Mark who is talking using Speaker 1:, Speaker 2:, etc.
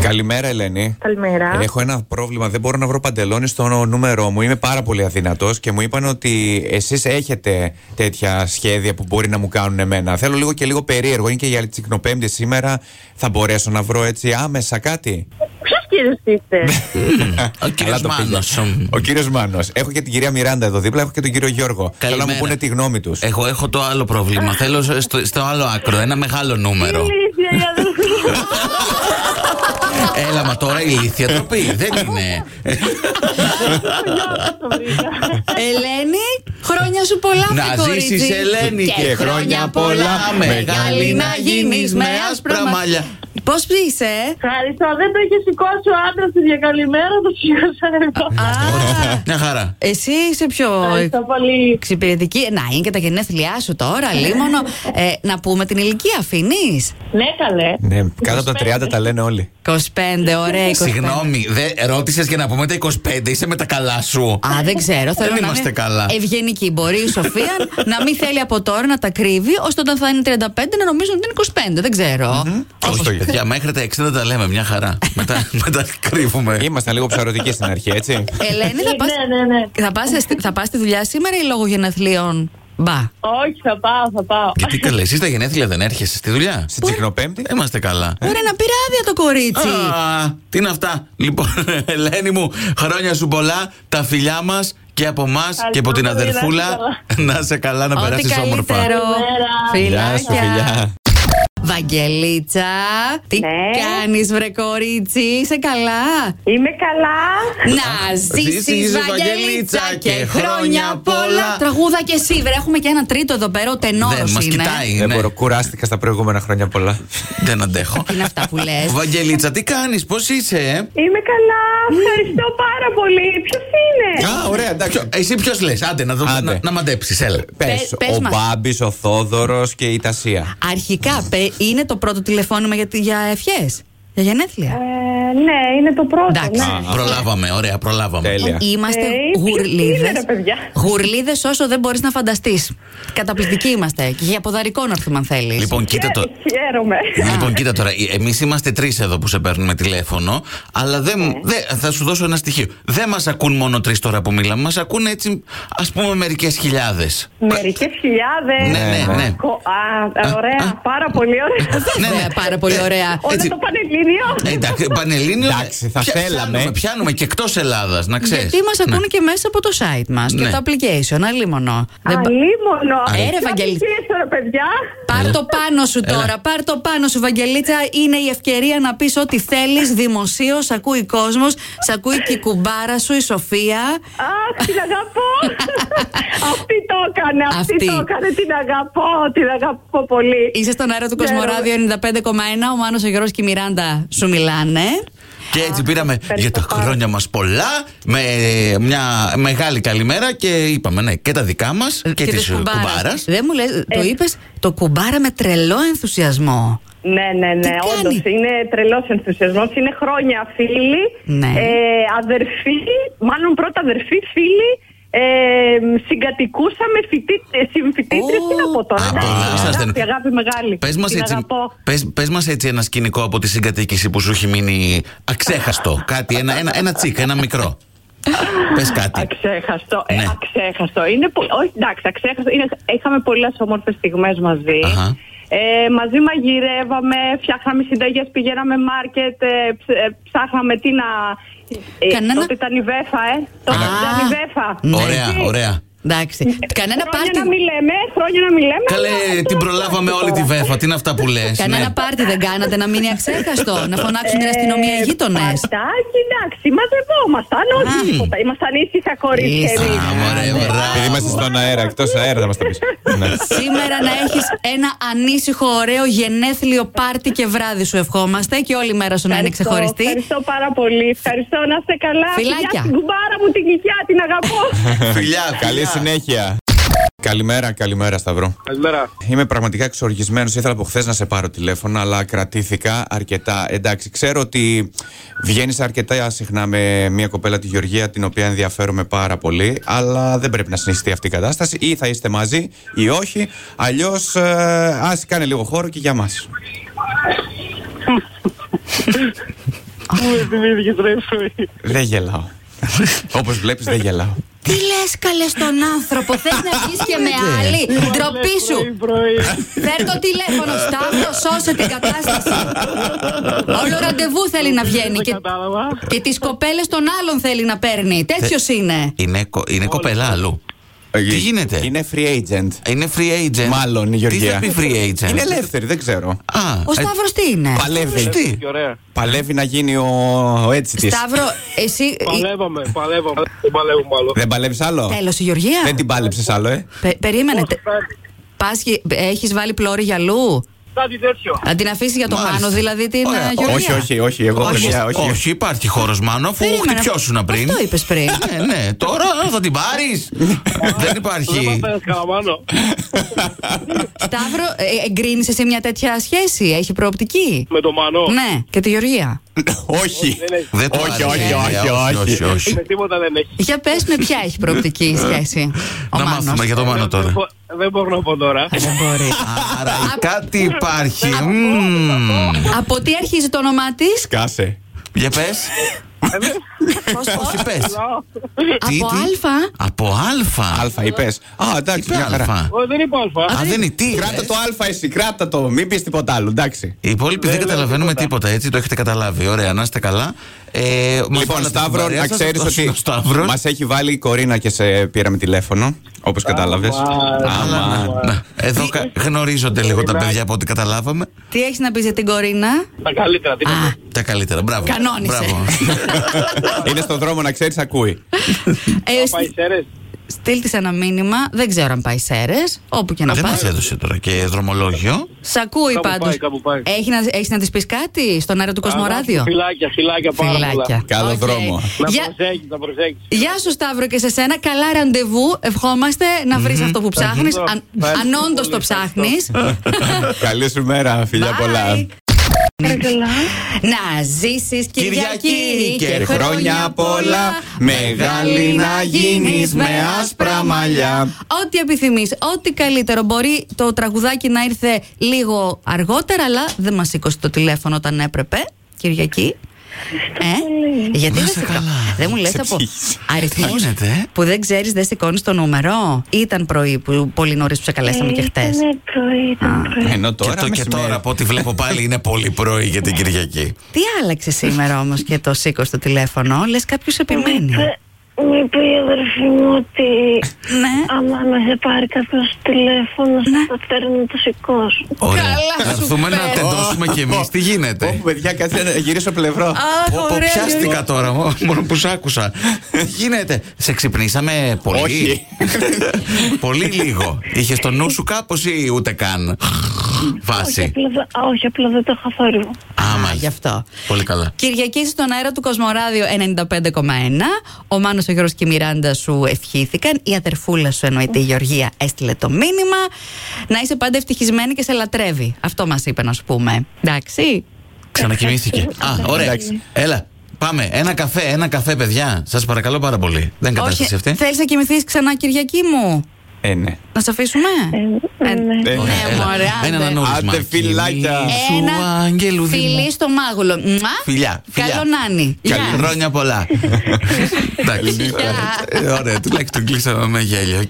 Speaker 1: Καλημέρα, Ελένη.
Speaker 2: Καλημέρα.
Speaker 1: Ε, Έχω ένα πρόβλημα. Δεν μπορώ να βρω παντελόνι στο νούμερό μου. Είμαι πάρα πολύ αδυνατό και μου είπαν ότι εσείς έχετε τέτοια σχέδια που μπορεί να μου κάνουν εμένα. Θέλω λίγο και λίγο περίεργο. Είναι και η Αλτσικνοπέμπτη σήμερα. Θα μπορέσω να βρω έτσι άμεσα κάτι.
Speaker 2: Ποιο κύριος είστε,
Speaker 3: Ο κύριος
Speaker 1: το πήγα.
Speaker 3: Μάνος.
Speaker 1: Ο κύριος Μάνος. Έχω και την κυρία Μιράντα εδώ δίπλα, έχω και τον κύριο Γιώργο. Θέλω να μου
Speaker 3: Καλημέρα. Ε,
Speaker 1: πούνε τη γνώμη τους.
Speaker 3: Εγώ έχω το άλλο πρόβλημα. Θέλω στο, στο άλλο άκρο ένα μεγάλο
Speaker 1: Ναι,
Speaker 3: νούμερο.
Speaker 2: Ηλίθεια, η αδερφή μου.
Speaker 3: Έλα, μα τώρα ηλίθεια το πει. Δεν είναι.
Speaker 2: Το βρήκα.
Speaker 4: Ελένη, χρόνια σου πολλά,
Speaker 3: Να
Speaker 4: αγόρι,
Speaker 3: ζήσεις,
Speaker 4: έτσι.
Speaker 3: Ελένη, και χρόνια πολλά, μεγάλη να γίνεις με άσπρα μαλλιά.
Speaker 4: Πώς είσαι, ε?
Speaker 2: Ευχαριστώ. Δεν το είχε σηκώσει ο άντρας της για καλημέρα, το σήκωσα εγώ.
Speaker 4: Α,
Speaker 3: Μια χαρά.
Speaker 4: εσύ είσαι πιο
Speaker 2: Ευχαριστώ πολύ.
Speaker 4: εξυπηρετική. Να είναι και τα γενέθλιά σου τώρα, λίμωνο. Ε, να πούμε την ηλικία, αφήνεις.
Speaker 2: Ναι, καλέ.
Speaker 1: Ναι, κάτω από τα 30 τα λένε όλοι.
Speaker 4: 25, ωραία, 25.
Speaker 3: Συγγνώμη, δεν ρώτησες για να πούμε τα 25, είσαι με τα καλά σου.
Speaker 4: Α, δεν ξέρω. Θέλω
Speaker 3: Δεν
Speaker 4: να
Speaker 3: είμαστε
Speaker 4: είναι
Speaker 3: καλά.
Speaker 4: Ευγενική. Μπορεί η Σοφία να μην θέλει από τώρα να τα κρύβει, ώστε όταν θα είναι 35 να νομίζουν ότι είναι 25. Δεν ξέρω.
Speaker 1: Όπως το
Speaker 3: Όχι,
Speaker 1: είπε.
Speaker 3: παιδιά, μέχρι τα 60 τα λέμε, μια χαρά. Μετά, μετά κρύβουμε.
Speaker 1: Ήμασταν λίγο ψαρωτικοί στην αρχή, έτσι.
Speaker 4: Ελένη, θα Ε, πας,
Speaker 2: Ναι, ναι, ναι.
Speaker 4: θα πας, στη- θα πας στη δουλειά σήμερα ή λόγω γενεθλίων. Μπα.
Speaker 2: Όχι, θα πάω, θα πάω.
Speaker 3: Γιατί καλέ, εσύ τα γενέθλια δεν έρχεσαι στη δουλειά.
Speaker 1: Στην Τσικνοπέμπτη.
Speaker 3: Δεν Είμαστε καλά.
Speaker 4: Ωραία, να πήρε άδεια το κορίτσι.
Speaker 3: Ε. Α, τι είναι αυτά. Λοιπόν, Ελένη μου, χρόνια σου πολλά, τα φιλιά μας και από εμά και από
Speaker 2: πολύ,
Speaker 3: την
Speaker 2: να είσαι
Speaker 3: αδερφούλα. Να σε καλά, να
Speaker 4: Ό,τι
Speaker 3: περάσεις όμορφα.
Speaker 4: καλύτερο.
Speaker 1: Γεια σου,
Speaker 4: Φιλάκια.
Speaker 1: φιλιά.
Speaker 4: Βαγγελίτσα, τι
Speaker 5: Ναι.
Speaker 4: κάνεις βρε κορίτσι, είσαι καλά.
Speaker 5: Είμαι καλά.
Speaker 4: Να ζήσεις
Speaker 3: ζήσεις,
Speaker 4: Βαγγελίτσα
Speaker 3: Βαγγελίτσα,
Speaker 4: και χρόνια πολλά.
Speaker 3: πολλά.
Speaker 4: Τραγούδα και εσύ, βρε. Έχουμε και ένα τρίτο εδώ πέρα, ο
Speaker 3: Δεν
Speaker 4: τενόρος
Speaker 3: μας
Speaker 4: είναι.
Speaker 3: κοιτάει.
Speaker 1: Δεν
Speaker 3: ναι.
Speaker 1: μπορώ, κουράστηκα στα προηγούμενα χρόνια πολλά.
Speaker 3: Δεν αντέχω.
Speaker 4: Τι είναι αυτά που λες.
Speaker 3: Βαγγελίτσα, τι κάνεις, πώς είσαι, ε?
Speaker 5: Είμαι καλά. Ευχαριστώ πάρα πολύ. Ποιος είναι,
Speaker 4: Ε,
Speaker 1: Α, ωραία, εντάξει.
Speaker 3: Ποιο- εσύ ποιος λες, άντε να, το,
Speaker 1: Άντε.
Speaker 3: να, να μαντέψεις, έλα.
Speaker 1: Πες,
Speaker 4: πες
Speaker 1: ο
Speaker 4: μας.
Speaker 1: Μπάμπης, ο Θόδωρος και η Τασία.
Speaker 4: Αρχικά, πε, είναι το πρώτο τηλεφώνημα για, τη- για ευχές, για γενέθλια.
Speaker 5: ε, Ναι, είναι το πρώτο.
Speaker 4: Εντάξει.
Speaker 5: Ναι.
Speaker 1: Α,
Speaker 3: Προλάβαμε, ωραία, προλάβαμε.
Speaker 1: Τέλεια.
Speaker 4: Είμαστε
Speaker 5: Ε, ποιος είναι,
Speaker 4: γουρλίδες.
Speaker 5: ρε, παιδιά?
Speaker 4: Γουρλίδες όσο δεν μπορείς να φανταστείς. Καταπληκτικοί είμαστε. Και για ποδαρικό να έρθουμε, αν θέλεις.
Speaker 3: Λοιπόν, κοίτα το.
Speaker 5: Χαίρομαι.
Speaker 1: Ναι.
Speaker 3: Λοιπόν, κοίτα τώρα, εμείς είμαστε τρεις εδώ που σε παίρνουμε τηλέφωνο, αλλά δεν,
Speaker 4: Ναι.
Speaker 3: δεν- θα σου δώσω ένα στοιχείο. Δεν μας ακούν μόνο τρεις τώρα που μιλάμε, μας ακούν έτσι, ας πούμε, μερικές χιλιάδες.
Speaker 5: Μερικές χιλιάδες.
Speaker 3: Ναι, ναι, ναι.
Speaker 5: Α, ωραία. Πάρα πολύ ωραία.
Speaker 3: ναι, ναι.
Speaker 4: Ε, πάρα πολύ ωραία.
Speaker 5: Όλο
Speaker 3: Έτσι.
Speaker 5: το πανελλήνιο.
Speaker 3: Ε, Εντάξει, πανελλήνιο.
Speaker 1: Εντάξει, θα θέλαμε.
Speaker 3: Πιάνουμε, πιάνουμε και εκτός Ελλάδας, να Ναι. ξέρεις.
Speaker 4: Γιατί μας ακούνε Ε, και μέσα από το site μας και
Speaker 3: Ναι.
Speaker 4: το application, αλίμονο. Δεν πα-
Speaker 5: Αλίμονο.
Speaker 4: Ε, ρε,
Speaker 5: Να
Speaker 4: Βαγγέλη.
Speaker 5: πηγαίνεις τώρα, παιδιά.
Speaker 4: Πάρ το πάνω σου τώρα, πάρ το πάνω σου, Βαγγελίτσα. Είναι η ευκαιρία να πεις ό,τι θέλεις δημοσίως. Σ' ακούει κόσμος, σ' ακούει και η κουμπάρα σου, η Σοφία.
Speaker 5: Αχ, την αγαπώ. Αυτή το έκανε. Αυτή
Speaker 4: Αυτή.
Speaker 5: το έκανε. Την αγαπώ. Την αγαπώ πολύ.
Speaker 4: Είσαι στον αέρα του
Speaker 5: Χαίρομαι.
Speaker 4: Κοσμοράδιο 95,1. Ο Μάνος, ο Γιώργος και η Μιράντα σου μιλάνε.
Speaker 3: Και έτσι πήραμε για τα
Speaker 5: πάρα.
Speaker 3: χρόνια μας πολλά, με μια μεγάλη καλημέρα και είπαμε, ναι, και τα δικά μας
Speaker 4: Ε,
Speaker 3: και τη κουμπάρα.
Speaker 4: Δεν μου λες, το
Speaker 5: Ε.
Speaker 4: είπες το κουμπάρα με τρελό ενθουσιασμό.
Speaker 5: Ναι, ναι,
Speaker 4: Τι
Speaker 5: ναι.
Speaker 4: κάνει?
Speaker 5: Όντως είναι τρελός ενθουσιασμός. Είναι χρόνια φίλοι,
Speaker 4: Ναι.
Speaker 5: ε, αδερφοί, μάλλον πρώτα αδερφοί, φίλοι. Ε, συγκατοικούσαμε συμφοιτήτρε.
Speaker 4: Ω.
Speaker 5: ε, Τι να πω τώρα.
Speaker 3: Α,
Speaker 5: εντάξει,
Speaker 3: απολαύσασταν.
Speaker 5: αγάπη, αγάπη μεγάλη.
Speaker 3: Πες μας,
Speaker 5: Την
Speaker 3: έτσι,
Speaker 5: αγαπώ.
Speaker 3: πες, πες μας έτσι ένα σκηνικό από τη συγκατοίκηση που σου έχει μείνει αξέχαστο. κάτι, ένα, ένα, ένα τσίκ, ένα μικρό. πες κάτι.
Speaker 5: Αξέχαστο. Ε,
Speaker 3: Ναι.
Speaker 5: αξέχαστο. Είναι πο- όχι, εντάξει, αξέχαστο. Είναι, είχαμε πολλές όμορφες στιγμές μαζί.
Speaker 3: Αχα.
Speaker 5: Ε, μαζί μαγειρεύαμε, φτιάχναμε συνταγές, πηγαίναμε μάρκετ, ε, ψ- ε, ψάχναμε τι να. Ε,
Speaker 4: Κανένα-
Speaker 5: Τότε ήταν η βέφα, ε. Τότε
Speaker 4: Α.
Speaker 5: ήταν η βέφα.
Speaker 4: Ναι.
Speaker 3: Ωραία,
Speaker 5: Έτσι.
Speaker 3: ωραία.
Speaker 4: Εντάξει. Κανένα
Speaker 5: χρόνια
Speaker 4: πάρτι.
Speaker 5: Ε, να μην λέμε, χρόνια να μην λέμε. αλλά
Speaker 3: Καλέ,
Speaker 5: αυτό
Speaker 3: την προλάβαμε
Speaker 5: τώρα.
Speaker 3: όλη τη βέφα. Τι είναι αυτά που λες. ναι.
Speaker 4: Κανένα πάρτι δεν κάνατε να μείνει αξέχαστο. να φωνάξουν την αστυνομία οι γείτονες.
Speaker 5: Παρτάκι, Ε, εντάξει, μαζευόμασταν, όχι τίποτα. Ήμασταν ήσυχα κορίτσια
Speaker 4: Ήσυχα.
Speaker 5: εμείς.
Speaker 3: ναι. Α, ωραία, ωραία.
Speaker 1: Επειδή είμαστε στον αέρα, εκτός αέρα θα μας τα πεις. Ναι.
Speaker 4: Σήμερα να έχεις ένα ανήσυχο, ωραίο γενέθλιο πάρτι και βράδυ σου ευχόμαστε και όλη η μέρα σου να είναι
Speaker 5: Ευχαριστώ,
Speaker 4: ξεχωριστή.
Speaker 5: Ευχαριστώ πάρα πολύ. Ευχαριστώ να είστε καλά.
Speaker 4: Φιλάκια. Ναι.
Speaker 5: Φιλιά στην κουμπάρα μου την κοιλιά, την αγαπώ.
Speaker 3: Φιλιά,
Speaker 1: Καλή
Speaker 3: φιλιά.
Speaker 1: συνέχεια. Καλημέρα, καλημέρα Σταυρό.
Speaker 6: Καλημέρα.
Speaker 1: Είμαι πραγματικά εξοργισμένος. Ήθελα από χθες να σε πάρω τηλέφωνο, αλλά κρατήθηκα αρκετά. Εντάξει, ξέρω ότι βγαίνεις αρκετά συχνά με μια κοπέλα, τη Γεωργία, την οποία ενδιαφέρομαι πάρα πολύ, αλλά δεν πρέπει να συνεχιστεί αυτή η κατάσταση. Ή θα είστε μαζί, ή όχι. Αλλιώς, ε, ας κάνε λίγο χώρο και για μας.
Speaker 2: μου θυμήθηκε τώρα η πρωί.
Speaker 1: Δεν γελάω. Όπως βλέπεις, δεν γελάω.
Speaker 4: Τι λε, καλέ στον άνθρωπο, θες να βγει και με
Speaker 3: Ναι.
Speaker 4: άλλη. Ντροπή
Speaker 2: Πρωί,
Speaker 4: σου.
Speaker 2: πρωί.
Speaker 4: Φέρ το τηλέφωνο, Σταύρο, σώσε την κατάσταση. Όλο ραντεβού θέλει να βγαίνει.
Speaker 2: Δεν
Speaker 4: Και,
Speaker 2: κατάλαβα.
Speaker 4: και τις κοπέλες των άλλων θέλει να παίρνει.
Speaker 3: Ε,
Speaker 4: Τέτοιο είναι.
Speaker 3: Είναι, κο- είναι κοπέλα αλλού. Τι γίνεται?
Speaker 1: Ε, Είναι free agent.
Speaker 3: Είναι free agent.
Speaker 1: Μάλλον η Γεωργία.
Speaker 3: Τι θα πει free agent.
Speaker 1: Είναι ελεύθερη, δεν ξέρω.
Speaker 3: Α, ε,
Speaker 4: Ο Σταύρος τι είναι.
Speaker 1: Παλεύει.
Speaker 3: Τι.
Speaker 6: Και ωραία.
Speaker 1: Παλεύει να γίνει ο, ο έτσι της.
Speaker 4: Σταύρο, εσύ. ε,
Speaker 6: Παλεύαμε, παλεύαμε. Δεν παλεύουμε άλλο.
Speaker 1: Δεν παλεύεις άλλο.
Speaker 4: Τέλος, η Γεωργία.
Speaker 1: Δεν την πάλεψες άλλο, ε.
Speaker 4: Πε- περίμενε. τε-
Speaker 6: Κάτι-
Speaker 4: Πας και- ε, Έχεις βάλει πλώρη γυαλού.
Speaker 6: Κάτι τέτοιο.
Speaker 4: Να την αφήσει για το
Speaker 3: Μάλιστα.
Speaker 4: Μάνο, δηλαδή την
Speaker 3: Ωραία.
Speaker 4: ε, Γεωργία.
Speaker 1: Όχι, όχι, όχι. Εγώ
Speaker 3: όχι,
Speaker 1: παιδιά,
Speaker 3: όχι,
Speaker 1: όχι.
Speaker 3: υπάρχει χώρος μάνο αφού
Speaker 4: Περίμενε.
Speaker 3: χτυπιώσουν πριν.
Speaker 4: Αυτό είπες πριν.
Speaker 3: ναι, ναι. Τώρα α, θα την πάρεις. Δεν
Speaker 6: Δεν
Speaker 3: υπάρχει.
Speaker 6: μας τα καλαμάνω.
Speaker 4: Σταύρο, ε, εγκρίνει εσύ μια τέτοια σχέση. Έχει προοπτική.
Speaker 6: Με το μανό.
Speaker 4: Ναι, και τη Γεωργία.
Speaker 1: Όχι.
Speaker 6: Δεν έχει.
Speaker 3: Δεν το
Speaker 1: Όχι,
Speaker 3: άρεσε,
Speaker 1: όχι,
Speaker 3: ε,
Speaker 1: όχι, όχι.
Speaker 6: Με τίποτα δεν έχει.
Speaker 4: Για πες με ποια έχει προοπτική η σχέση. Ο
Speaker 3: Να
Speaker 4: Μάνος.
Speaker 3: μάθουμε για το μάνο
Speaker 6: Δεν
Speaker 3: τώρα.
Speaker 6: μπο- Δεν μπορώ να πω τώρα.
Speaker 4: Δεν μπορεί.
Speaker 3: Άρα κάτι υπάρχει. Μμμ.
Speaker 4: Από τι αρχίζει το όνομά της,
Speaker 1: Κάσε.
Speaker 3: Για πες. Όχι, πες. Τι,
Speaker 4: από
Speaker 3: τι?
Speaker 4: Α.
Speaker 3: Από Α.
Speaker 1: Αλφα, είπες. Α, εντάξει,
Speaker 3: Είπε
Speaker 1: μια χαρά.
Speaker 3: Α.
Speaker 6: Ω, Δεν είπα αλφα.
Speaker 3: Α, δεν είναι τι.
Speaker 1: Κράτα το Α, εσύ, κράτα το. Μην πεις τίποτα άλλο, εντάξει.
Speaker 3: Οι υπόλοιποι δεν καταλαβαίνουμε τίποτα, έτσι το έχετε καταλάβει. Ωραία, να είστε καλά. Ε, μας
Speaker 1: Λοιπόν,
Speaker 3: βάλατε στην
Speaker 1: Σταύρο,
Speaker 3: παρέα
Speaker 1: να
Speaker 3: σας,
Speaker 1: ξέρεις
Speaker 3: αυτός είναι
Speaker 1: ότι
Speaker 3: ο Σταύρος.
Speaker 1: μας έχει βάλει η Κορίνα και σε πήραμε τηλέφωνο. Όπως κατάλαβε.
Speaker 3: Αλλά, να, Εδώ κα- γνωρίζονται λίγο τα παιδιά από ό,τι καταλάβαμε.
Speaker 4: Τι έχεις να πεις για την Κορίνα.
Speaker 6: Τα καλύτερα.
Speaker 4: Α,
Speaker 6: τίποτα.
Speaker 3: Τα καλύτερα. Μπράβο.
Speaker 4: Κανόνισε.
Speaker 3: Μπράβο.
Speaker 1: Είναι στον δρόμο, να ξέρεις, ακούει.
Speaker 4: ε,
Speaker 6: Πάει
Speaker 4: σ-
Speaker 6: σέρες.
Speaker 4: στείλ της ένα μήνυμα. Δεν ξέρω αν πάει σέρες. Όπου και να
Speaker 3: Δεν
Speaker 4: πάει.
Speaker 3: μας έδωσε τώρα και δρομολόγιο.
Speaker 4: Σ' ακούει
Speaker 6: Κάπου
Speaker 4: πάντως.
Speaker 6: πάει, κάπου πάει.
Speaker 4: Έχει να, έχεις να της πεις κάτι στον αέρα του Κοσμοράδιο.
Speaker 6: Φυλάκια, φυλάκια πάρα πολλά.
Speaker 4: Φιλάκια.
Speaker 1: Καλό
Speaker 4: Οκ.
Speaker 1: δρόμο.
Speaker 6: Να
Speaker 4: Γεια,
Speaker 6: προσέχεις, να προσέχεις.
Speaker 4: γεια σου Σταύρο και σε σένα. Καλά ραντεβού. Ευχόμαστε να βρεις αυτό που ψάχνεις.
Speaker 6: Ευχαριστώ.
Speaker 4: Αν,
Speaker 6: Ευχαριστώ
Speaker 4: αν όντως το
Speaker 6: πολύ.
Speaker 4: ψάχνεις.
Speaker 1: Καλή σου μέρα, φιλιά
Speaker 4: Bye.
Speaker 1: πολλά.
Speaker 4: Να ζήσεις Κυριακή και χρόνια πολλά
Speaker 1: Μεγάλη να γίνεις με άσπρα μαλλιά.
Speaker 4: Ό,τι επιθυμείς, ό,τι καλύτερο Μπορεί το τραγουδάκι να ήρθε λίγο αργότερα Αλλά δεν μας σήκωσε το τηλέφωνο όταν έπρεπε Κυριακή ε, γιατί δεν,
Speaker 3: Μάσα
Speaker 4: σηκώ-
Speaker 3: καλά.
Speaker 4: δεν μου λες
Speaker 1: Σε
Speaker 4: από
Speaker 1: ψύχησε.
Speaker 4: αριθμούς
Speaker 3: Τι γίνεται, ε?
Speaker 4: που δεν ξέρεις δεν σηκώνεις το νούμερο Ήταν πρωί που πολύ νωρίς που σε καλέσαμε και χτες
Speaker 7: Ήτανε πρωί, ήταν πρωί.
Speaker 1: Ενώ
Speaker 3: Και,
Speaker 1: τώρα.
Speaker 3: το, και
Speaker 1: μεσημέρι.
Speaker 3: τώρα από ό,τι βλέπω πάλι είναι πολύ πρωί για την Κυριακή.
Speaker 4: Τι άλλαξε σήμερα όμως και το σήκωσε το τηλέφωνο Λες κάποιος επιμένει
Speaker 7: Μου είπε η αδερφή μου ότι
Speaker 4: Ναι.
Speaker 7: άμα με σε πάρει κάποιος τηλέφωνο, θα παίρνω το σηκώσω.
Speaker 3: Ωραία.
Speaker 4: Καλά
Speaker 3: Θα
Speaker 4: σου
Speaker 3: έρθουμε να
Speaker 4: πες.
Speaker 3: τεντώσουμε κι εμείς. Τι
Speaker 1: Ω,
Speaker 3: γίνεται.
Speaker 1: παιδιά, κάτσε να γυρίσω πλευρό.
Speaker 4: Αχ,
Speaker 3: Πω, πω,
Speaker 4: ωραία,
Speaker 3: πιάστηκα
Speaker 4: Γιώργο.
Speaker 3: τώρα, μο- μόνο που σ' άκουσα. Τι γίνεται. Σε ξυπνήσαμε πολύ.
Speaker 1: Όχι.
Speaker 3: πολύ λίγο. Είχες το νου σου κάπως ή ούτε καν.
Speaker 7: Όχι
Speaker 3: Φάση.
Speaker 7: απλά, δεν- α, όχι, απλά δεν το είχα θόρυβο.
Speaker 3: Άμα.
Speaker 4: Α, γι' αυτό.
Speaker 3: Πολύ καλά.
Speaker 4: Κυριακή είσαι στον αέρα του Κοσμοράδιο 95,1. Ο Μάνος, ο Γιώργος και η Μιράντα σου ευχήθηκαν. Η αδερφούλα σου εννοείται η Γεωργία έστειλε το μήνυμα. Να είσαι πάντα ευτυχισμένη και σε λατρεύει. Αυτό μας είπε να σου πούμε. Εντάξει.
Speaker 3: Ξανακοιμήθηκε. Α, ωραία.
Speaker 1: Εντάξει.
Speaker 3: Έλα. Πάμε. Ένα καφέ, ένα καφέ, παιδιά. Σας παρακαλώ πάρα πολύ. Δεν κατάσταση αυτή.
Speaker 4: θέλεις να κοιμηθείς ξανά Κυριακή μου.
Speaker 1: Ε, ναι.
Speaker 4: Να σε αφήσουμε. Ε,
Speaker 7: ναι.
Speaker 4: ναι,
Speaker 1: Ωραία,
Speaker 3: έλα.
Speaker 4: μωρέ, άντε.
Speaker 3: Έναν ανούρισμα.
Speaker 1: Άντε, φιλάκια.
Speaker 3: Κοιμή Σου
Speaker 4: Ένα
Speaker 3: άγγελου
Speaker 4: φιλί
Speaker 3: δημού.
Speaker 4: στο μάγουλο. Μουα.
Speaker 3: Φιλιά, φιλιά.
Speaker 4: Καλό νάνι.
Speaker 3: Καλή
Speaker 4: Γεια.
Speaker 3: χρόνια πολλά. Εντάξει.
Speaker 4: Γεια.
Speaker 3: Ε, Ωραία, τουλάχιστον κλείσαμε με γέλιο.